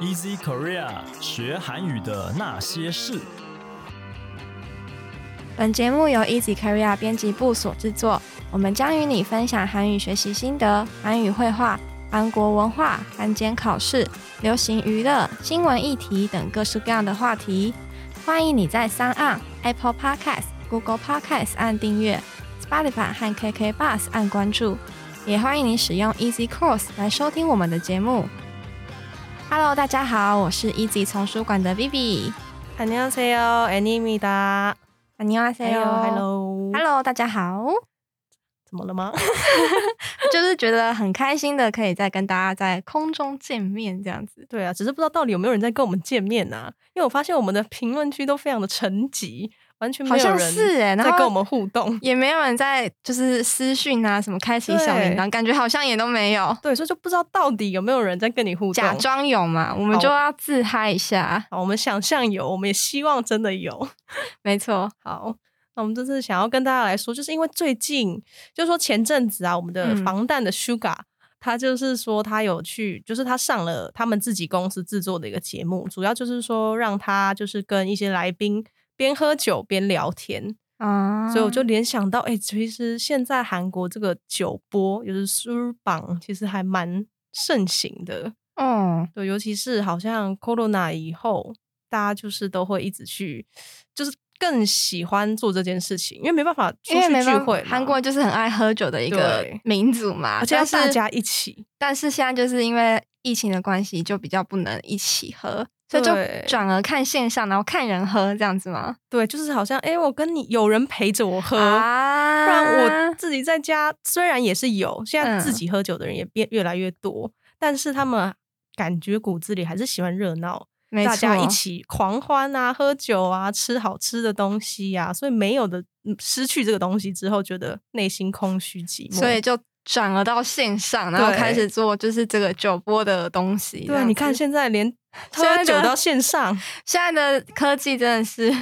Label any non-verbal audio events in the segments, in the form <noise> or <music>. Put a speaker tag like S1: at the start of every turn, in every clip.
S1: Easy Korea 学韩语的那些事。
S2: 本节目由 Easy Korea 编辑部所制作，我们将与你分享韩语学习心得、韩语绘画、韩国文化、韩检考试、流行娱乐、新闻议题等各式各样的话题。欢迎你在三岸 Apple Podcast、Google Podcast 按订阅，Spotify 和 KK Bus 按关注，也欢迎你使用 Easy Course 来收听我们的节目。Hello，大家好，我是 Easy 丛书馆的 Vivi。
S3: 안녕하세요, 애니입니다.
S2: 안녕하세요
S3: hello.
S2: Hello，大家好，
S3: 怎么了吗？ <laughs>
S2: 就是觉得很开心的，可以再跟大家在空中见面这样子。
S3: 对啊，只是不知道到底有没有人在跟我们见面啊？因为我发现我们的评论区都非常的沉寂，完全
S2: 好
S3: 没有
S2: 像
S3: 人
S2: 是哎、然
S3: 在
S2: 后
S3: 跟我们互动。
S2: 也没有人在就是私讯啊什么开启小铃铛，
S3: 对
S2: 感觉好像也都没有。
S3: 对，所以就不知道到底有没有人在跟你互动。
S2: 假装有嘛，我们
S3: 好
S2: 就要自嗨一下。
S3: 好，我们想象有，我们也希望真的有。
S2: 没错，
S3: 好，那我们这次想要跟大家来说，就是因为最近，就是说前阵子啊，我们的
S2: 嗯
S3: 防弹的 Sugar，、他就是说他有去，就是他上了他们自己公司制作的一个节目，主要就是说让他就是跟一些来宾边喝酒边聊天，
S2: 啊、
S3: 所以我就联想到，哎、其实现在韩国这个酒播，也就是书榜，其实还蛮盛行的。
S2: 哦，
S3: 对，尤其是好像 corona 以后，大家就是都会一直去，就是更喜欢做这件事情，因为没办法出
S2: 因为
S3: 去
S2: 没
S3: 聚
S2: 办法
S3: 会，嘛，
S2: 韩国就是很爱喝酒的一个
S3: 对
S2: 民族嘛，
S3: 而且要
S2: 但是
S3: 大家一起，
S2: 但是现在就是因为疫情的关系，就比较不能一起喝，所以就
S3: 对
S2: 转而看线上，然后看人喝这样子吗？
S3: 对，就是好像哎、诶我跟你有人陪着我喝。
S2: 啊
S3: 不然我自己在家，虽然也是有，现在自
S2: 嗯
S3: 己喝酒的人也变越来越多，但是他们感觉骨子里还是喜欢热闹，
S2: 没
S3: 大家
S2: 错
S3: 一起狂欢啊，喝酒啊，吃好吃的东西呀、所以没有的嗯失去这个东西之后，觉得内心空虚寂寞。
S2: 所以就转而到线上，然后
S3: 对
S2: 开始做就是这个酒播的东西。这
S3: 对，啊
S2: 样
S3: 你看
S2: 子
S3: 现
S2: <laughs>
S3: 在连
S2: 现在
S3: 喝酒
S2: 的
S3: 到线上，
S2: 现在的科技真的是，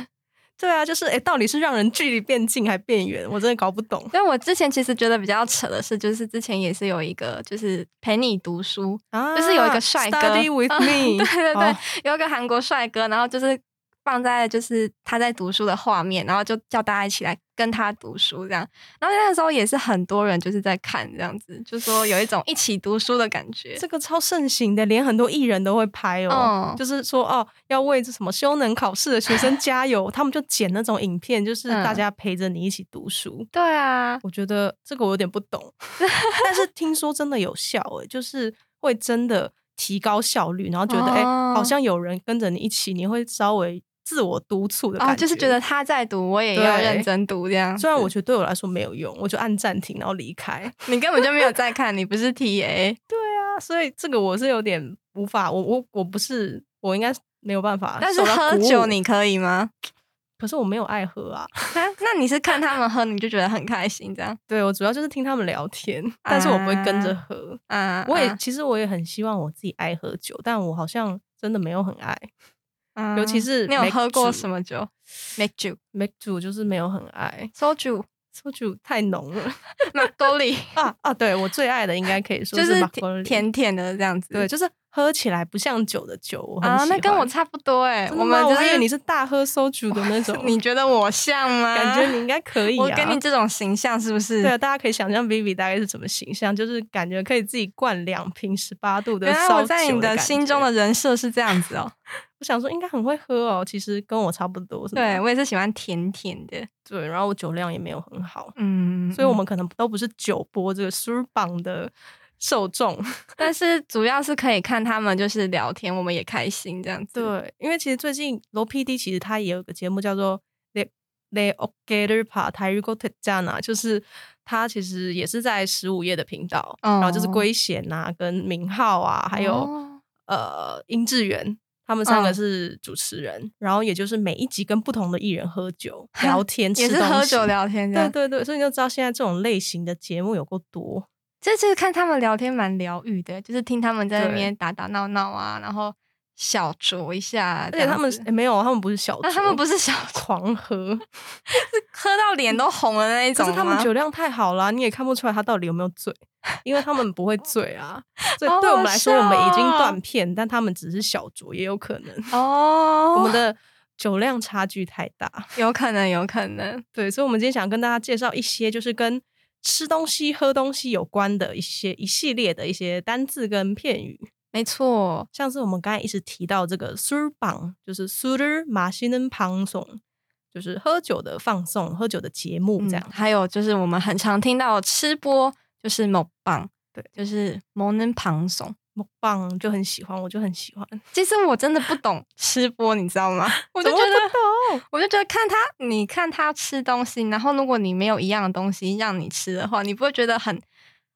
S3: 对啊，就是哎、诶到底是让人距离变近还变远？我真的搞不懂
S2: 因为我之前其实觉得比较扯的是，就是之前也是有一个就是陪你读书，<laughs>
S3: 啊
S2: 就是有一个帅哥
S3: study
S2: <laughs>
S3: with
S2: 啊
S3: me，
S2: 对对对
S3: 哦，
S2: 有一个韩国帅哥，然后就是放在就是他在读书的画面，然后就叫大家一起来跟他读书这样。然后那个时候也是很多人就是在看这样子，就说有一种一起读书的感
S3: <laughs>
S2: 觉。
S3: 这个超盛行的，连很多艺人都会拍哦。
S2: 嗯
S3: 就是说哦，要为这什么修能考试的学生加油，他们就剪那种影片，就是
S2: 嗯
S3: 大家陪着你一起读书。
S2: 对啊，
S3: 我觉得这个我有点不懂，
S2: <laughs>
S3: 但是听说真的有效诶、就是会真的提高效率，然后觉得诶、
S2: 哦
S3: 好像有人跟着你一起，你会稍微自我督促的感觉。
S2: 哦，就是觉得他在读，我也要
S3: 对
S2: 认真读这样。
S3: 虽然我觉得对我来说没有用，我就按暂停然后离开。
S2: 你根本就没有在
S3: <laughs>
S2: 看，你不是 T A，
S3: 啊，所以这个我是有点无法，我我我不是，我应该没有办法。
S2: 但是喝酒，你可以
S3: <laughs>
S2: 吗？
S3: 可是我没有爱喝啊。
S2: 啊那你是看他们喝，你就觉得很开心这样
S3: 对我主要就是听他们聊天，但是我不会跟着喝。
S2: 啊？
S3: 我也、
S2: 啊
S3: 其实我也很希望我自己爱喝酒，但我好像真的没有很爱。
S2: 啊
S3: 尤其是
S2: 你有喝过
S3: 맥주
S2: 什么酒？Make
S3: 梅酒就是没有很爱，
S2: soju、
S3: <laughs> 说酒太浓
S2: <laughs>
S3: 了
S2: m a g o l
S3: <laughs>
S2: i
S3: 啊啊！对我最爱的应该可以说
S2: 就是
S3: 马
S2: 甜
S3: 格丽
S2: 甜，甜的这样子。
S3: 对，就是喝起来不像酒的酒，我很喜
S2: 啊，
S3: 欢。
S2: 那跟我差不多哎、
S3: 真的
S2: 我
S3: 吗
S2: 们
S3: 我
S2: 就是，
S3: 还以为你是大喝烧酒的那种
S2: 你觉得我像吗？
S3: 感觉你应该可以、啊。
S2: 我给你这种形象是不是？
S3: 对啊，大家可以想象 Vivi 大概是什么形象，就是感觉可以自己灌两瓶十八度的
S2: 原来
S3: 啊烧酒
S2: 我在你
S3: 的
S2: 的
S3: 感
S2: 心中
S3: 觉
S2: 的，人设是这样子
S3: <laughs>
S2: 哦。
S3: 我想说应该很会喝哦，其实跟我差不多。是吗
S2: 对，我也是喜欢甜甜的。
S3: 对，然后我酒量也没有很好，
S2: 嗯，
S3: 所以我
S2: 嗯
S3: 们可能都不是酒播这个 s 榜的受众。
S2: 但是主要是可以看他们就是聊天，我们也开心这样子。
S3: 对，因为其实最近罗 PD 其实他也有个节目叫做《The The o g a t e r p a 台日国特战啊，就是他其实也是在十五夜的频道，然后就是
S2: 哦
S3: 圭贤啊、跟明浩啊，还有、
S2: 哦
S3: 呃殷志源。他们三个
S2: 嗯
S3: 是主持人，然后也就是每一集跟不同的艺人喝酒、
S2: <laughs>
S3: 聊天、
S2: 也
S3: 吃
S2: 是
S3: 东
S2: 喝
S3: 西
S2: 酒。聊天啊这
S3: 对
S2: 样。
S3: 对对，所以你就知道现在这种类型的节目有够多。
S2: 这次看他们聊天蛮疗愈的，就是听他们在那
S3: 对
S2: 边打打闹闹啊，然后小酌一下
S3: 而
S2: 这
S3: 且
S2: 样子。
S3: 他们、诶没有，他们不是小酌，
S2: 那他们不是小
S3: 狂喝，
S2: 喝到脸都红了那一
S3: 可
S2: 种吗？
S3: 是他们酒量太好了，你也看不出来他到底有没有醉。 <laughs> 因为他们不会
S2: <laughs>
S3: 醉啊。所以
S2: 好
S3: 对我们
S2: 好
S3: 来说，我们已经
S2: 笑哦
S3: 断片，但他们只是小酌，也有可能。
S2: 哦，
S3: 我们的酒量差距太大。
S2: 有可能，有可能，
S3: 对，所以我们今天想跟大家介绍一些就是跟吃东西、喝东西有关的一些一系列的一些单字跟片语，
S2: 没错。
S3: 像是我们刚才一直提到这个 s u r b a n 就是 s u r m a s h i n e n p a n g 就是喝酒的放送、喝酒的节目这样。
S2: 嗯还有就是我们很常听到吃播，就是某棒，
S3: 对，
S2: 就是某能旁松。
S3: 木棒就很喜欢，我就很喜欢，
S2: 其实我真的不懂吃播，你知道吗？我就觉
S3: 怎么
S2: 得，
S3: 会不懂。
S2: 我就觉得看他，你看他吃东西，然后如果你没有一样的东西让你吃的话，你不会觉得很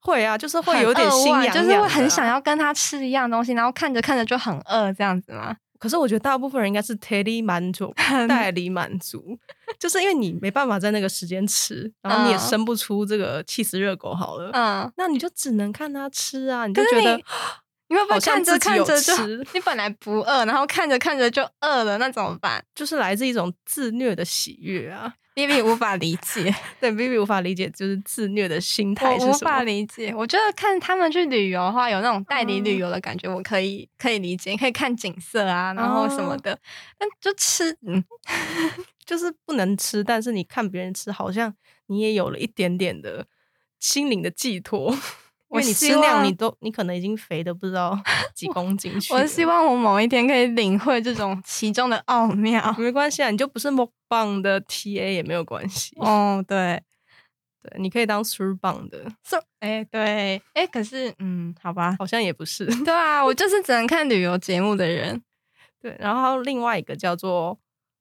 S3: 会啊，就是会
S2: 很
S3: 有点
S2: 扼
S3: 心
S2: 腕
S3: 痒痒、啊
S2: 就是会很想。要跟他吃一样东西，然后看着看着就很饿这样子吗？
S3: 可是我觉得大部分人应该是 t e l y
S2: <laughs>
S3: 满足，代理满足，就是因为你没办法在那个时间吃，然后你也
S2: 嗯
S3: 生不出这个气死热狗好了，
S2: 嗯，
S3: 那你就只能看他吃啊，你就
S2: 可是
S3: 觉得
S2: 你你会不会
S3: 好像
S2: 看着
S3: 自己
S2: 看
S3: 有
S2: 着就
S3: 吃
S2: 你本来不饿，然后看着看着就饿了，那怎么办
S3: 就是来自一种自虐的喜悦啊。
S2: ？Vivi 无法理解。
S3: 对，Vivi 无法理解就是自虐的心态
S2: 我
S3: 是
S2: 无
S3: 什
S2: 法
S3: 么。
S2: 理解，我觉得看他们去旅游的话，有那种代
S3: 嗯
S2: 理旅游的感觉，我可以可以理解，可以看景色啊，然后
S3: 哦
S2: 什么的。但就吃，嗯，
S3: 就是不能吃，但是你看别人吃，好像你也有了一点点的心灵的寄托。因
S2: 我
S3: 为你
S2: 希
S3: 吃那样，
S2: 望
S3: 你都你可能已经肥的不
S2: <laughs>
S3: 知道几公斤去了。
S2: 我希望我某一天可以领会这种其中的奥
S3: <laughs>
S2: 妙。
S3: 没关系啊，你就不是 m o 棒的 TA 也没有关系。
S2: 哦，对，
S3: 对，你可以当 through 棒的，
S2: 是，哎，对，哎，可是，嗯，好
S3: <laughs>
S2: 吧，
S3: 好像也不是。
S2: 对啊，我就是只能看旅游节目的人。
S3: 对，然后还有另外一个叫做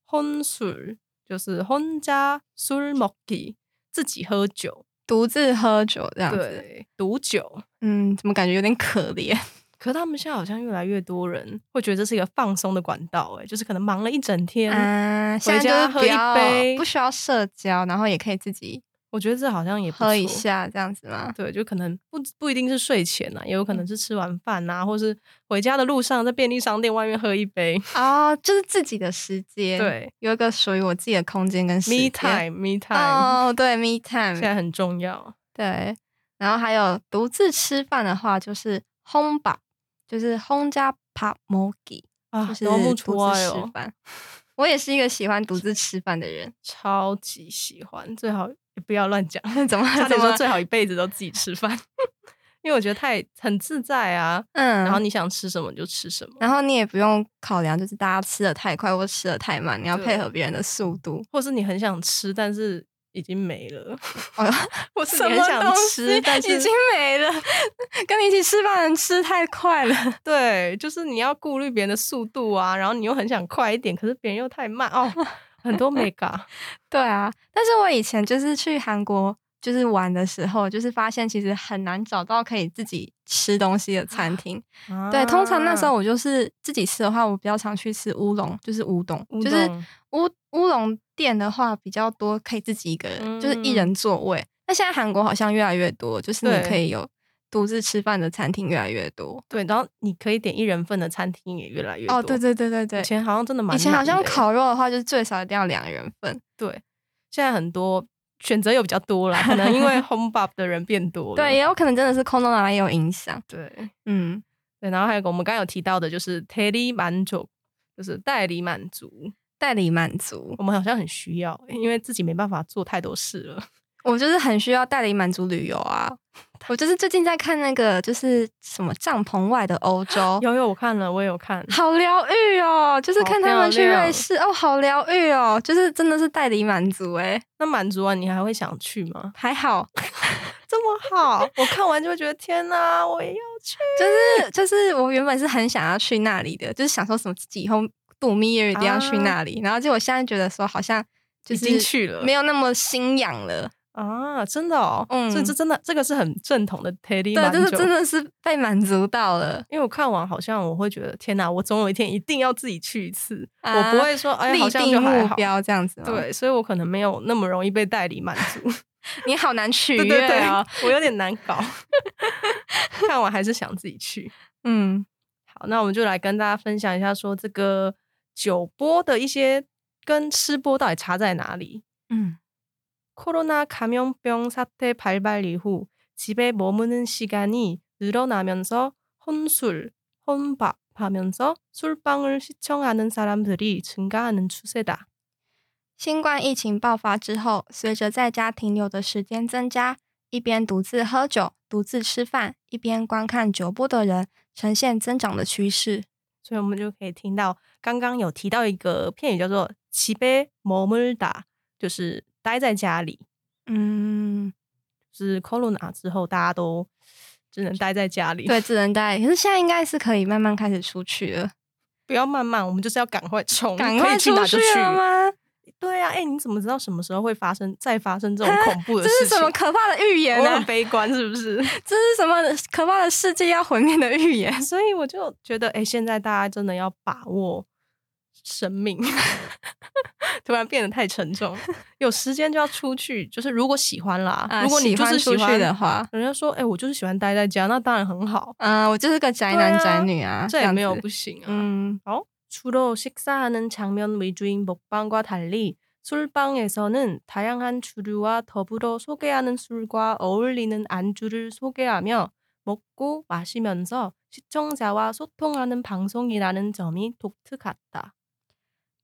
S3: hon 술，就是 hon 加 술 m o k 自己喝酒，
S2: 独自喝酒这样子，
S3: 对，毒酒。
S2: 嗯，怎么感觉有点可怜？
S3: <laughs> 可是他们现在好像越来越多人会觉得这是一个放松的管道、欸，哎，就是可能忙了一整天，
S2: 啊，现在
S3: 回
S2: 就
S3: 家
S2: 是
S3: 喝
S2: 不
S3: 一
S2: 要
S3: 杯
S2: 不需要社交，然后也可以自己
S3: 我觉得这好像也不
S2: 喝一
S3: 错。
S2: 下这样子吗？
S3: 对，就可能不不一定是睡前啊呐、也有可
S2: 嗯
S3: 能是吃完饭呐、或是回家的路上，在便利商店外面喝一杯。
S2: 哦，就是自己的时间，，
S3: 对
S2: 有一个属于我自己的空间跟时间。
S3: ，me time，me time，、
S2: 哦，对，me
S3: 现
S2: time，
S3: 在很重要。
S2: 对。然后还有独自吃饭的话，就是烘吧，就是烘加 p a m o g i
S3: 啊，
S2: 就是
S3: 너무
S2: 独
S3: 좋아
S2: 自吃
S3: 요，
S2: 饭。我也是一个喜欢独自吃饭的人， <laughs>
S3: 超级喜欢，最好也不要乱讲，
S2: 怎么
S3: 差
S2: 怎
S3: 点说
S2: 么
S3: 最好一辈子都自己吃饭， <laughs> 因为我觉得太很自在啊。
S2: 嗯，
S3: 然后你想吃什么就吃什么，
S2: 然后你也不用考量，就是大家吃的太快或吃的太慢，你要
S3: 对
S2: 配合别人的速度。
S3: 或是你很想吃，但是已经没了， <laughs>
S2: 哦，
S3: 或是
S2: 什
S3: 你
S2: 么
S3: 很想
S2: 东
S3: 吃
S2: 西，
S3: 但是
S2: 已经没了。 <laughs> 跟你一起吃饭的人吃太快了，
S3: 对，就是你要顾虑别人的速度啊，然后你又很想快一点，可是别人又太慢哦，很
S2: <laughs>
S3: 多 mega
S2: 对啊，但是我以前就是去韩国就是玩的时候，就是发现其实很难找到可以自己吃东西的
S3: 啊
S2: 餐厅。对，通常那时候我就是自己吃的话，我比较常去吃乌龙，就是乌冬，
S3: 乌
S2: 就是
S3: 冬
S2: 乌乌龙店的话比较多，可以自己一个人，就是一
S3: 嗯
S2: 人座位。那现在韩国好像越来越多，就是你
S3: 对
S2: 可以有独自吃饭的餐厅越来越多。
S3: 对，然后你可以点一人份的餐厅也越来越多
S2: 哦，对对对对对
S3: 以，前好像真的蛮
S2: 以前好
S3: 难
S2: 像
S3: 的欸
S2: 烤肉的话，就是最少一定要两人份。
S3: 对，现在很多选择又比较多啦，可能
S2: <laughs>
S3: 因为 home bar 的人变多了。
S2: 对，也有可能真的是空中拿来也有影响。
S3: 对
S2: 嗯，
S3: 对，然后还有一个我们刚刚有提到的，就是 t e l y 满足，就是代理满足，
S2: 代理满足，
S3: 我们好像很需要，因为自己没办法做太多事了。，
S2: 我就是很需要代理满足旅游啊。我就是最近在看那个就是什么帐篷外的欧洲
S3: <laughs> 有有，我看了，我也有看，
S2: 好疗愈哦！就是看他们去
S3: 好漂亮
S2: 瑞士哦，好疗愈哦！就是真的是代理满足哎，
S3: 那满足完你还会想去吗？
S2: 还好， <laughs>
S3: 这么好，我看完就会觉得天哪，我也要去。
S2: 就是就是我原本是很想要去那里的，就是想说什么自己以后度蜜月一定要去那里，然后结果现在觉得说好像就
S3: 啊已经
S2: 是
S3: 去了
S2: 没有那么心痒了，
S3: 啊，真的哦，
S2: 嗯
S3: 所以这真的这个是很正统的 t e d d y
S2: 对，就是真的是被满足到了，
S3: 因为我看完好像我会觉得天哪，我总有一天一定要自己去一次，
S2: 啊
S3: 我不会说哎好
S2: 立
S3: 像就
S2: 定
S3: 还
S2: 目
S3: 好。
S2: 标这样子。，哦
S3: 对，所以我可能没有那么容易被代理满
S2: <laughs>
S3: 足。
S2: 你好难取
S3: 对对
S2: 悦
S3: 对 <laughs>
S2: 哦。，
S3: 我有点难
S2: <laughs>
S3: 搞。看完还是想自己去。
S2: 嗯，
S3: 好，那我们就来跟大家分享一下，说这个酒播的一些跟吃播到底差在哪里。
S2: 嗯，
S3: 코로나감염병사태발발이후 집에머무는시간이늘어나면서혼술혼밥하면서술방을시청하는사람들이증가하는추세다
S2: 新冠疫情爆发之后，随着在家停留的时间增加，一边独自喝酒、独自吃饭，一边观看酒播的人呈现增长的趋势。
S3: 所以我们就可以听到刚刚有提到一个片语叫做“집에머물다”，就是待在家里。
S2: 嗯，
S3: 就是 corona 之后，大家都只能待在家里，
S2: 对，，只能待。可是现在应该是可以慢慢开始出去了，
S3: 不要慢慢，我们就是要赶快冲，
S2: <laughs> 赶
S3: 可
S2: 快
S3: 以去
S2: 出
S3: 哪就
S2: 去了吗？
S3: 对啊，哎、你怎么知道什么时候会发生再发生这种恐怖的
S2: 这
S3: 事情？
S2: 是什么可怕的预言啊
S3: 我
S2: 呢、
S3: 很悲观，是
S2: <laughs>
S3: 不是？
S2: 这是什么可怕的世界要毁灭的预言？
S3: 所以我就觉得，哎、现在大家真的要把握生命。 <laughs> 突然变得太沉重，有时间就要出去。就是如果喜欢啦，
S2: 啊
S3: 如果你
S2: 喜
S3: 就
S2: 欢
S3: 是
S2: 出
S3: 喜
S2: 去的话
S3: 人家说，哎、我就是喜欢待在家，那当然很好，
S2: 嗯、我就是个宅男宅女啊，
S3: 这也
S2: 样
S3: 没有
S2: 子
S3: 不行啊。
S2: 嗯，
S3: 어? 주로 식사하는 장면 위주인 먹방과 달리 술방에서는 다양한 주류와 더불어 소개하는 술과 어울리는 안주를 소개하며 먹고 마시면서 시청자와 소통하는 방송이라는 점이 독특하다.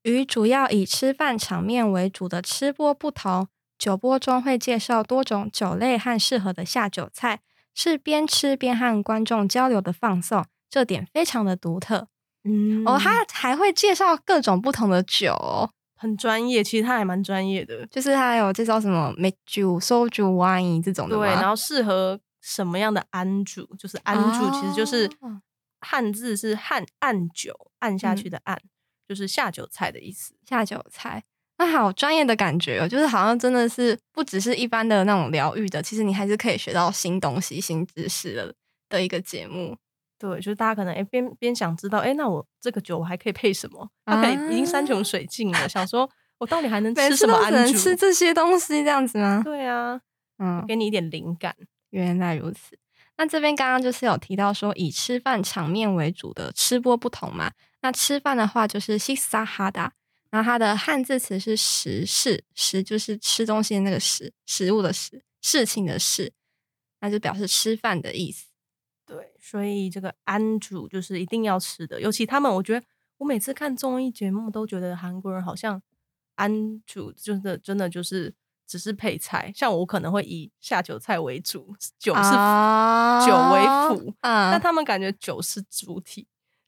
S2: 与主要以吃饭场面为主的吃播不同，酒播中会介绍多种酒类和适合的下酒菜，是边吃边和观众交流的放送，这点非常的独特。
S3: 음,
S2: 哦，他还会介绍各种不同的酒、哦，
S3: 很专业，其实他还蛮专业的。
S2: 就是他有介绍什么美酒、烧酒、wine 这种的
S3: 对，
S2: 吗
S3: 然后适合什么样的安主？就是安主其实就是
S2: 哦
S3: 汉字是汉按酒按下去的按，就是下酒菜的意思。
S2: 下酒菜。那好专业的感觉哦，就是好像真的是不只是一般的那种疗愈的，其实你还是可以学到新东西、新知识的的一个节目。
S3: 对，就是大家可能哎边边想知道哎，诶那我这个酒我还可以配什么？他可能已经山穷水尽了，想说我到底还能
S2: 啊每
S3: 吃
S2: 次
S3: 什么
S2: 都只
S3: 安
S2: 能
S3: 主？
S2: 吃这些东西这样子吗？
S3: 对啊，
S2: 嗯，
S3: 给你一点灵感。
S2: 原来如此。那这边刚刚就是有提到说以吃饭场面为主的吃播不同嘛，那吃饭的话就是西萨哈达，然后它的汉字词是食事，食就是吃东西的那个食，食物的食，事情的事，那就表示吃饭的意思。
S3: 对，所以这个安主就是一定要吃的，尤其他们，我觉得我每次看综艺节目都觉得韩国人好像安主真的真的就是只是配菜，像我可能会以下酒菜为主，酒是
S2: 啊
S3: 酒为辅，
S2: 啊
S3: 但他们感觉酒是主体，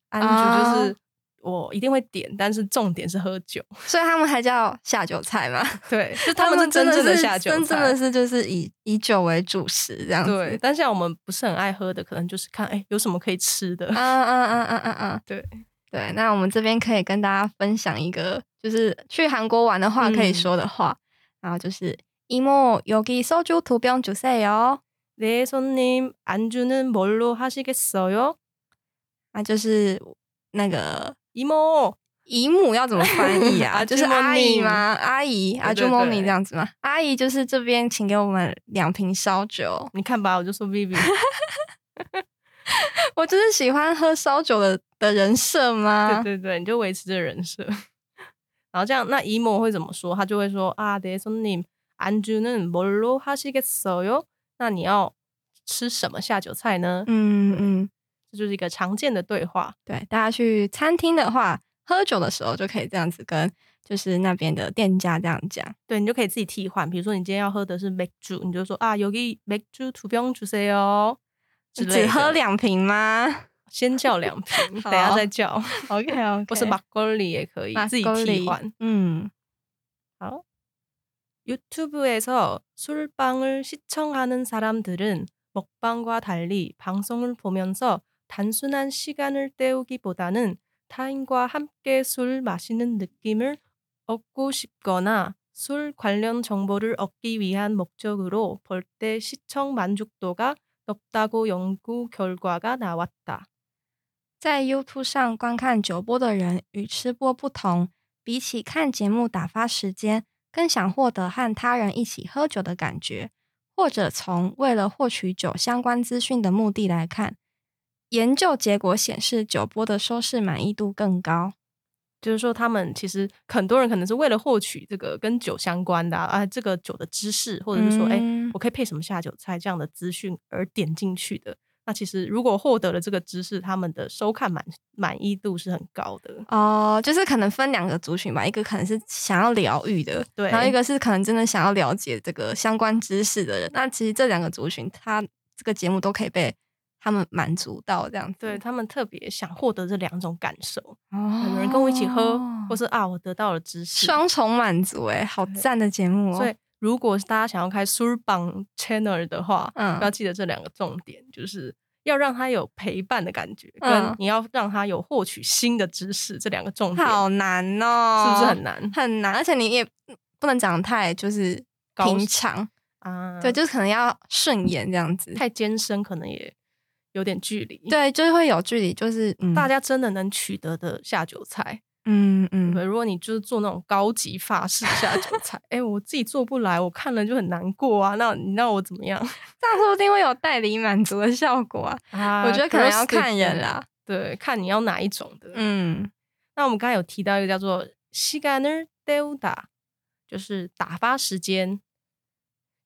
S3: 安主就是
S2: 啊
S3: 我一定会点，但是重点是喝酒。
S2: 所以他们还叫下酒菜嘛。
S3: 对，就他们是真
S2: 的
S3: 正
S2: 是
S3: 下酒
S2: 真正
S3: 菜
S2: 的。是就是以以酒为主食这样子。
S3: 对，但像我们不是很爱喝的，可能就是看哎、有什么可以吃
S2: <laughs>
S3: 的。
S2: 啊啊啊啊啊啊！
S3: 对
S2: 对，那我们这边可以跟大家分享一个，就是去韩国玩的话可以
S3: 嗯
S2: 说的话，然后就是이모여기소주두병주세요，
S3: 네손님안주는뭘로하시겠어요？
S2: 那啊就是那个
S3: 이모
S2: 姨母要怎么翻译啊？
S3: <laughs> 阿
S2: 就
S3: 朱
S2: 是阿姨
S3: 莫尼
S2: 吗？阿姨，阿
S3: 对
S2: 朱猫
S3: 对
S2: 咪这样子吗？阿姨就是这边，请给我们两瓶烧酒。
S3: 你看吧，我就
S2: <laughs>
S3: 说 Vivi，
S2: 我就是喜欢喝烧酒的的人设吗？
S3: 对对对，你就维持这个人设。然后这样，那姨母会怎么说？她就会说啊，네손님안주는뭘로하시겠어요？那你要吃什么下酒菜呢？
S2: 嗯嗯，
S3: 这就是一个常见的对话。
S2: 对，大家去餐厅的话，喝酒的时候就可以这样子跟就是那边的店家这样讲。
S3: 对你就可以自己替换，比如说你今天要喝的是 m a 你就说啊，여기맥주두병주세요，之
S2: <laughs>
S3: 类
S2: 只
S3: 的
S2: 喝，两瓶
S3: <laughs>
S2: 吗？
S3: 先叫两
S2: <laughs>
S3: 瓶，
S2: 好
S3: 等一下再叫，
S2: OK <laughs> OK，
S3: 或是 m a c o 也可以自己替换。。
S2: 嗯，
S3: 어? 유튜브에서 술방을 시청하는 사람들은 먹방과 달리 방송을 보면서 단순한 시간을 때우기보다는 타인과 함께 술 마시는 느낌을 얻고 싶거나 술 관련 정보를 얻기 위한 목적으로 볼 때 시청 만족도가 높다고 연구 결과가 나왔다.
S2: 在 YouTube 上观看酒播的人与吃播不同，比起看节目打发时间，更想获得和他人一起喝酒的感觉，或者从为了获取酒相关资讯的目的来看，研究结果显示酒播的收视满意度更高。
S3: 就是说他们其实很多人可能是为了获取这个跟酒相关的啊，啊这个酒的知识，或者是说，哎、
S2: 嗯
S3: 我可以配什么下酒菜这样的资讯而点进去的。那其实如果获得了这个知识，他们的收看满满意度是很高的。
S2: 哦，就是可能分两个族群吧，一个可能是想要疗愈的，
S3: 对
S2: 然后一个是可能真的想要了解这个相关知识的人。那其实这两个族群，他这个节目都可以被他们满足到这样子。
S3: 对他们特别想获得这两种感受，
S2: 哦，
S3: 有人跟我一起喝，或是啊，我得到了知识。
S2: 双重满足、哎，好赞的节目哦！
S3: 所以，如果大家想要开 Sur Bang Channel 的话，
S2: 嗯
S3: 要记得这两个重点，就是要让他有陪伴的感觉，
S2: 嗯
S3: 跟你要让他有获取新的知识这两个重点，
S2: 好难哦，
S3: 是不是很难
S2: 很难？而且你也不能讲太就是
S3: 高
S2: 平常，
S3: 啊？
S2: 对，就是可能要顺眼这样子。
S3: 太艰深，可能也有点距离。，
S2: 对，就是会有距离，就是、嗯、
S3: 大家真的能取得的下酒菜，
S2: 嗯
S3: 对不
S2: 嗯
S3: 对，如果你就是做那种高级法式下酒菜，哎、我自己做不来，我看了就很难过啊。那你让我怎么样？
S2: 这样说不定会有代理满足的效果 <laughs> 啊。
S3: 啊
S2: 我觉得可能要看人啦。
S3: 对，看你要哪一种的。
S2: 嗯，
S3: 那我们刚才有提到一个叫做시간을때우다，就是打发时间，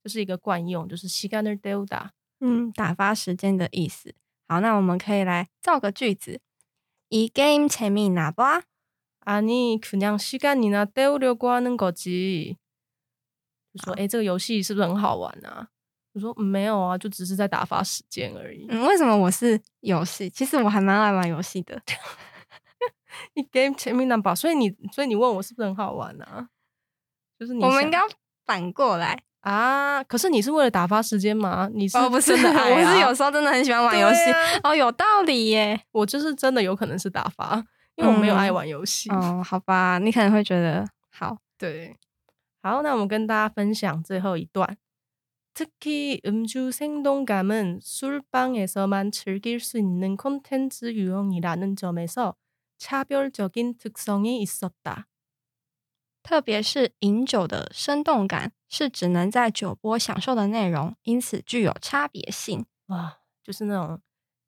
S3: 就是一个惯用，就是시간을때우다。
S2: 嗯，打发时间的意思。好，那我们可以来造个句子。이 게임 재미있나봐.
S3: 아니 그냥 시간이나 때우려고 하는 거지. 就说哎、诶这个游戏是不是很好玩啊？我说、嗯、没有啊，就只是在打发时间而已。
S2: 嗯，为什么我是游戏？其实我还蛮爱玩游戏的。
S3: 你 game 前面 number，所以你所以你问我是不是很好玩啊？就是你
S2: 我们
S3: 想
S2: 应该要反过来。
S3: 啊，可是你是为了打发时间吗？你是
S2: 哦，不是
S3: 真的爱、啊，
S2: 我是有时候真的很喜欢玩游戏
S3: 对。啊
S2: 哦，有道理 <laughs> 耶。
S3: 我就是真的有可能是打发，因为我没有
S2: 嗯
S3: 爱玩游戏。
S2: 哦，好吧，你可能会觉得好。
S3: 对，好，那我们跟大家分享最后一段。특히음주생동감은술방에서만즐길수있는콘텐츠유형이라는점에서차별적인특성이있었다。
S2: 特别是饮酒的生动感是只能在酒窝享受的内容，因此具有差别性。
S3: 哇，就是那种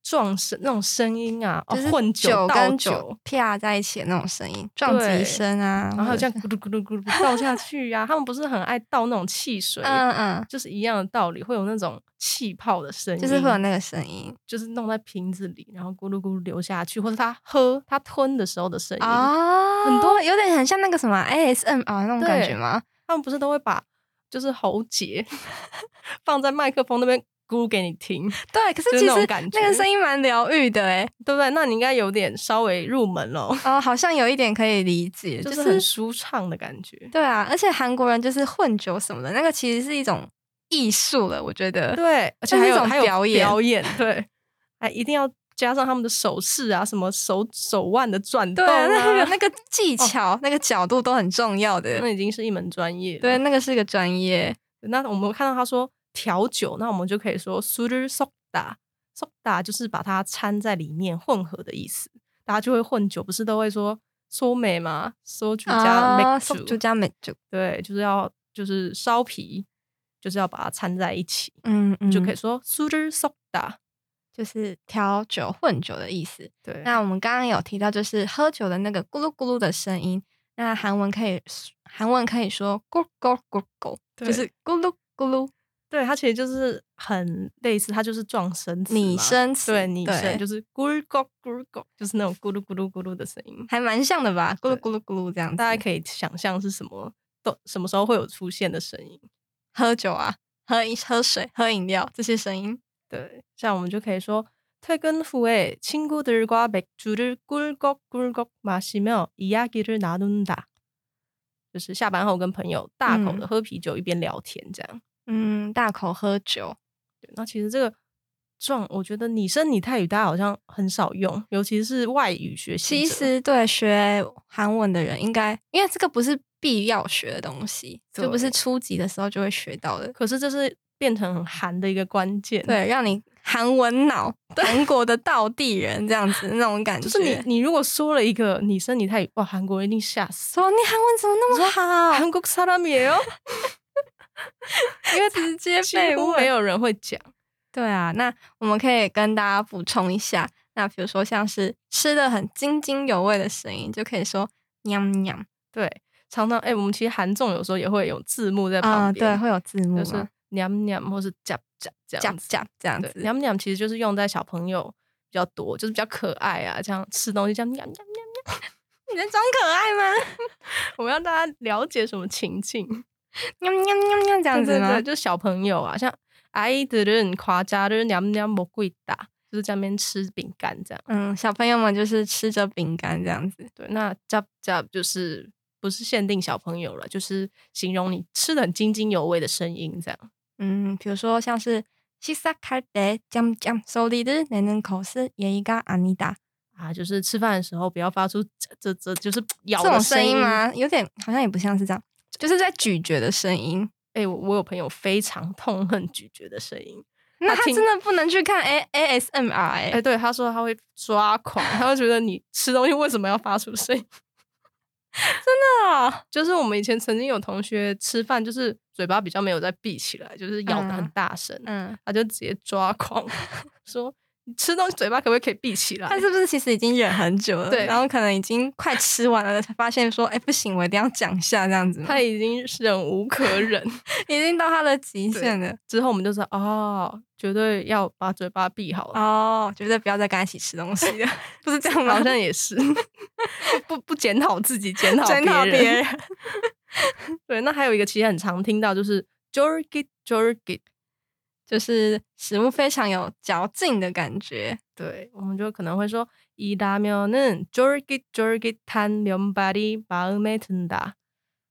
S3: 撞声、那种声音啊，
S2: 就是
S3: 哦、混
S2: 酒
S3: 倒
S2: 跟酒，啪在一起的那种声音，撞击
S3: 对
S2: 声啊，
S3: 然后还
S2: 或
S3: 有
S2: 者
S3: 这样咕噜咕噜咕噜倒下去呀、他们不是很爱倒那种汽水，
S2: 嗯嗯，
S3: 就是一样的道理，会有那种气泡的声音，
S2: 就是会有那个声音
S3: 就是弄在瓶子里，然后咕噜咕噜流下去，或者他喝他吞的时候的声音。
S2: 啊，
S3: 很多
S2: 有点很像那个什么 ASMR 那种感觉吗？
S3: 他们不是都会把就是喉结 <laughs> 放在麦克风那边咕噜给你听，
S2: 对，可是
S3: 就是
S2: 其
S3: 那
S2: 实
S3: 种感觉
S2: 那个声音蛮疗愈的哎，
S3: 对不对？那你应该有点稍微入门咯，
S2: 哦，好像有一点可以理解，
S3: 就
S2: 就是
S3: 很舒畅的感觉。
S2: 对啊，而且韩国人就是混酒什么的，那个其实是一种艺术了，我觉得。
S3: 对，而
S2: 就
S3: 且
S2: 是
S3: 还
S2: 一
S3: 有
S2: 种
S3: 还有
S2: 表演
S3: 表演，对，还一定要加上他们的手势啊，什么手手腕的转动
S2: 对啊，
S3: 啊，
S2: 那个那个技 <laughs> 巧、那个角度都很重要的
S3: 那。已经是一门专业了。
S2: 对，那个是个专业。
S3: 那我们看到他说调酒，那我们就可以说 sugar soda soda 就是把它掺在里面混合的意思。大家就会混酒，不是都会说说美吗？说酒加 make
S2: 就加美啊酒，
S3: 对，就是要就是烧皮，就是要把它掺在一起，
S2: 嗯嗯
S3: 就可以说 sugar soda。
S2: 就是调酒混酒的意思。
S3: 对，
S2: 那我们刚刚有提到，就是喝酒的那个咕噜咕噜的声音，那韩文可以韩文可以说咕咕咕咕，
S3: 对
S2: 就是咕噜咕噜
S3: 对它其实就是很类似，它就是撞声词嘛，
S2: 拟声词，
S3: 对拟声就是咕噜咕咕噜咕，就是那种咕噜咕噜咕噜的声音。
S2: 还蛮像的吧，咕噜
S3: 对
S2: 咕噜咕噜这样子。
S3: 大家可以想象是什么都什么时候会有出现的声音。
S2: 喝酒啊，喝饮喝水、喝饮料这些声音。
S3: 对，像我们就可以说퇴근후에친구들과맥주를꿀꺽꿀꺽마시며이야기를나눈다，就是下班后跟朋友大口的喝啤酒，一边聊天这样。
S2: 嗯，大口喝酒，
S3: 对，那其实这个状，我觉得拟声拟态语大家好像很少用，尤其是外语学习
S2: 其
S3: 者。
S2: 实对学韩文的人应该，因为这个不是必要学的东西，
S3: 对
S2: 就不是初级的时候就会学到的。
S3: 可是这是变成很韩的一个关键。。
S2: 对，让你韩文脑，韩国的道地人这样子那种感觉。
S3: 就是你，你如果说了一个拟声拟态语，哇，韩国人一定吓死。
S2: 说你韩文怎么那么好，
S3: 韩国사람이에요，
S2: <laughs> 因为直接
S3: 几
S2: 被
S3: 乎没
S2: 问。
S3: 有人会讲。
S2: 对啊，那我们可以跟大家补充一下，那比如说像是吃的很津津有味的声音，就可以说娘娘
S3: 对，常常哎、我们其实韩综有时候也会有字幕在
S2: 啊、
S3: 旁
S2: 对，
S3: 边，
S2: 会有字幕
S3: 就
S2: 嘛，
S3: 是娘娘或是夹夹这
S2: 夹
S3: 样子。
S2: 夹这样
S3: 对
S2: 子，，
S3: 娘娘其实就是用在小朋友比较多，就是比较可爱啊，这样吃东西这样娘娘娘娘。
S2: 你在装可爱吗？
S3: 我们让大家了解什么情境，
S2: <laughs> 喵喵喵喵这样子
S3: 对对
S2: 吗
S3: 对，？就是小朋友啊，像阿姨的人夸家就是娘娘魔鬼打，就是在那边吃饼干这样。
S2: 嗯，小朋友们就是吃着饼干这样子，
S3: 对，那夹夹就是不是限定小朋友了，就是形容你吃的很津津有味的声音这样。
S2: 嗯，比如说像是西萨卡德江江手里的奶奶口是也一个阿妮达
S3: 啊，就是吃饭的时候不要发出这这 <laughs> 这就是咬
S2: 这种
S3: 的
S2: 声音
S3: 音？
S2: 吗？有点好像也不像是这样，就是在咀嚼的声音。
S3: 哎、我我有朋友非常痛恨咀嚼的声音。
S2: 那
S3: 他
S2: 他
S3: 听
S2: 真的不能去看 A A S M R 哎、
S3: 哎、对，他说他会抓狂，他会觉得你吃东西为什么要发出 <laughs> 声音？
S2: 啊
S3: 就是我们以前曾经有同学吃饭，就是嘴巴比较没有在闭起来，就是咬的很
S2: 嗯
S3: 大声，
S2: 嗯，
S3: 他就直接抓狂， <laughs> 说你吃东西嘴巴可不可以闭起来
S2: 他？是不是其实已经忍很久了？
S3: 对
S2: 然后可能已经快吃完了，才发现说，哎、不行，我一定要讲一下这样子嘛。
S3: 他已经忍无可忍。
S2: 已经到他的极限了
S3: 之后我们就说，哦，绝对要把嘴巴闭好了。
S2: 哦，绝对不要再跟他一起吃东
S3: <laughs>
S2: 西了，不是这样 <laughs> 吗？
S3: 好像也是，不不检讨自己，检讨
S2: 检讨别人。 <laughs>
S3: 对，那还有一个其实很常听到就是 “jorgit jorgit”，
S2: 就是食物非常有嚼劲的感觉。
S3: 对，我们就可能会说“이라면은 jorgit jorgit 탄 면발이 마음에 든다”，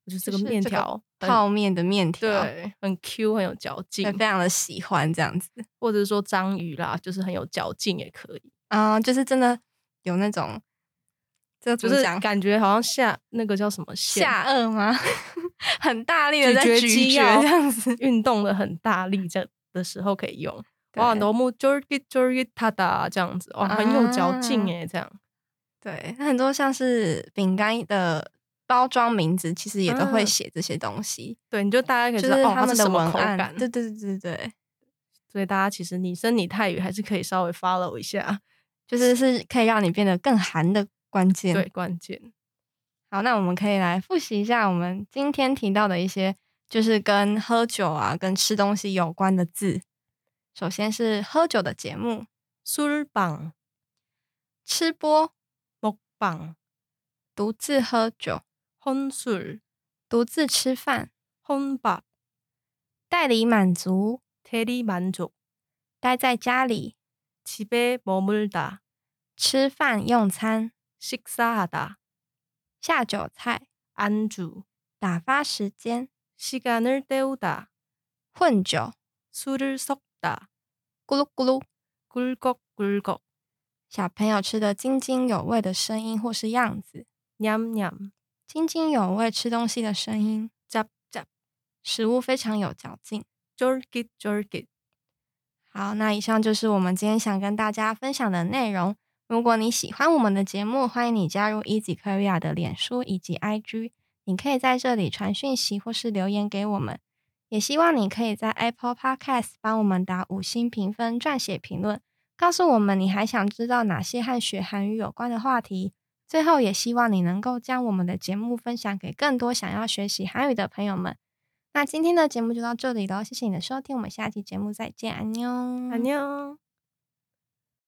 S3: 就是这个
S2: 就是
S3: 面
S2: 这个
S3: 条很
S2: 泡面的面条，
S3: 对，很 Q，很有嚼劲
S2: 对，，非常的喜欢这样子
S3: 或者说章鱼啦，就是很有嚼劲也可以，
S2: 啊、就是真的有那种，这
S3: 就
S2: 怎
S3: 是
S2: 么讲？
S3: 感觉好像下那个叫什么线
S2: 下颚吗？ <laughs> 很大力的在
S3: 咀嚼
S2: 咀
S3: 肌
S2: 嚼
S3: 要
S2: 这样子。
S3: 运动的很大力这的时候可以用。
S2: 对
S3: 哇，罗木 j o r g i j o r g i 他哒这样子，哇，很有嚼
S2: 啊
S3: 劲哎，这样
S2: 对，那很多像是饼干的包装名字，其实也都会
S3: 嗯
S2: 写这些东西，
S3: 对，你就大家可以
S2: 就
S3: 知道哦，
S2: 他们
S3: 是
S2: 的
S3: 什么
S2: 文
S3: 口
S2: 案。
S3: 感。
S2: 对对对对对。
S3: 所以大家其实你生你泰语还是可以稍微 follow 一下，
S2: 就是是可以让你变得更寒的关键。
S3: 对，，关键
S2: 好，那我们可以来复习一下我们今天提到的一些，就是跟喝酒啊、跟吃东西有关的字。首先是喝酒的节目，
S3: 술방
S2: 吃播，
S3: 먹방
S2: 独自喝酒，
S3: 혼술
S2: 独自吃饭，
S3: 혼밥
S2: 代理满足，
S3: 대리만족
S2: 待在家里，
S3: 집에머물다
S2: 吃饭用餐，
S3: 식사하다
S2: 下酒菜，
S3: 안주
S2: 打发时间，
S3: 시간을때우다
S2: 混酒，
S3: 술을섞다
S2: 咕噜咕噜。
S3: 굴곡굴곡
S2: 小朋友吃的津津有味的声音或是样子，
S3: 냠냠
S2: 津津有味吃东西的声音，
S3: 짭짭
S2: 食物非常有嚼劲。
S3: 쫄깃 쫄깃
S2: 好，那以上就是我们今天想跟大家分享的内容。如果你喜欢我们的节目，欢迎你加入 Easy Korea 的脸书以及 IG，你可以在这里传讯息或是留言给我们。也希望你可以在 Apple Podcast 帮我们打五星评分、撰写评论，告诉我们你还想知道哪些和学韩语有关的话题。最后，也希望你能够将我们的节目分享给更多想要学习韩语的朋友们。那今天的节目就到这里喽，谢谢你的收听，我们下期节目再见，安妞，
S3: 안녕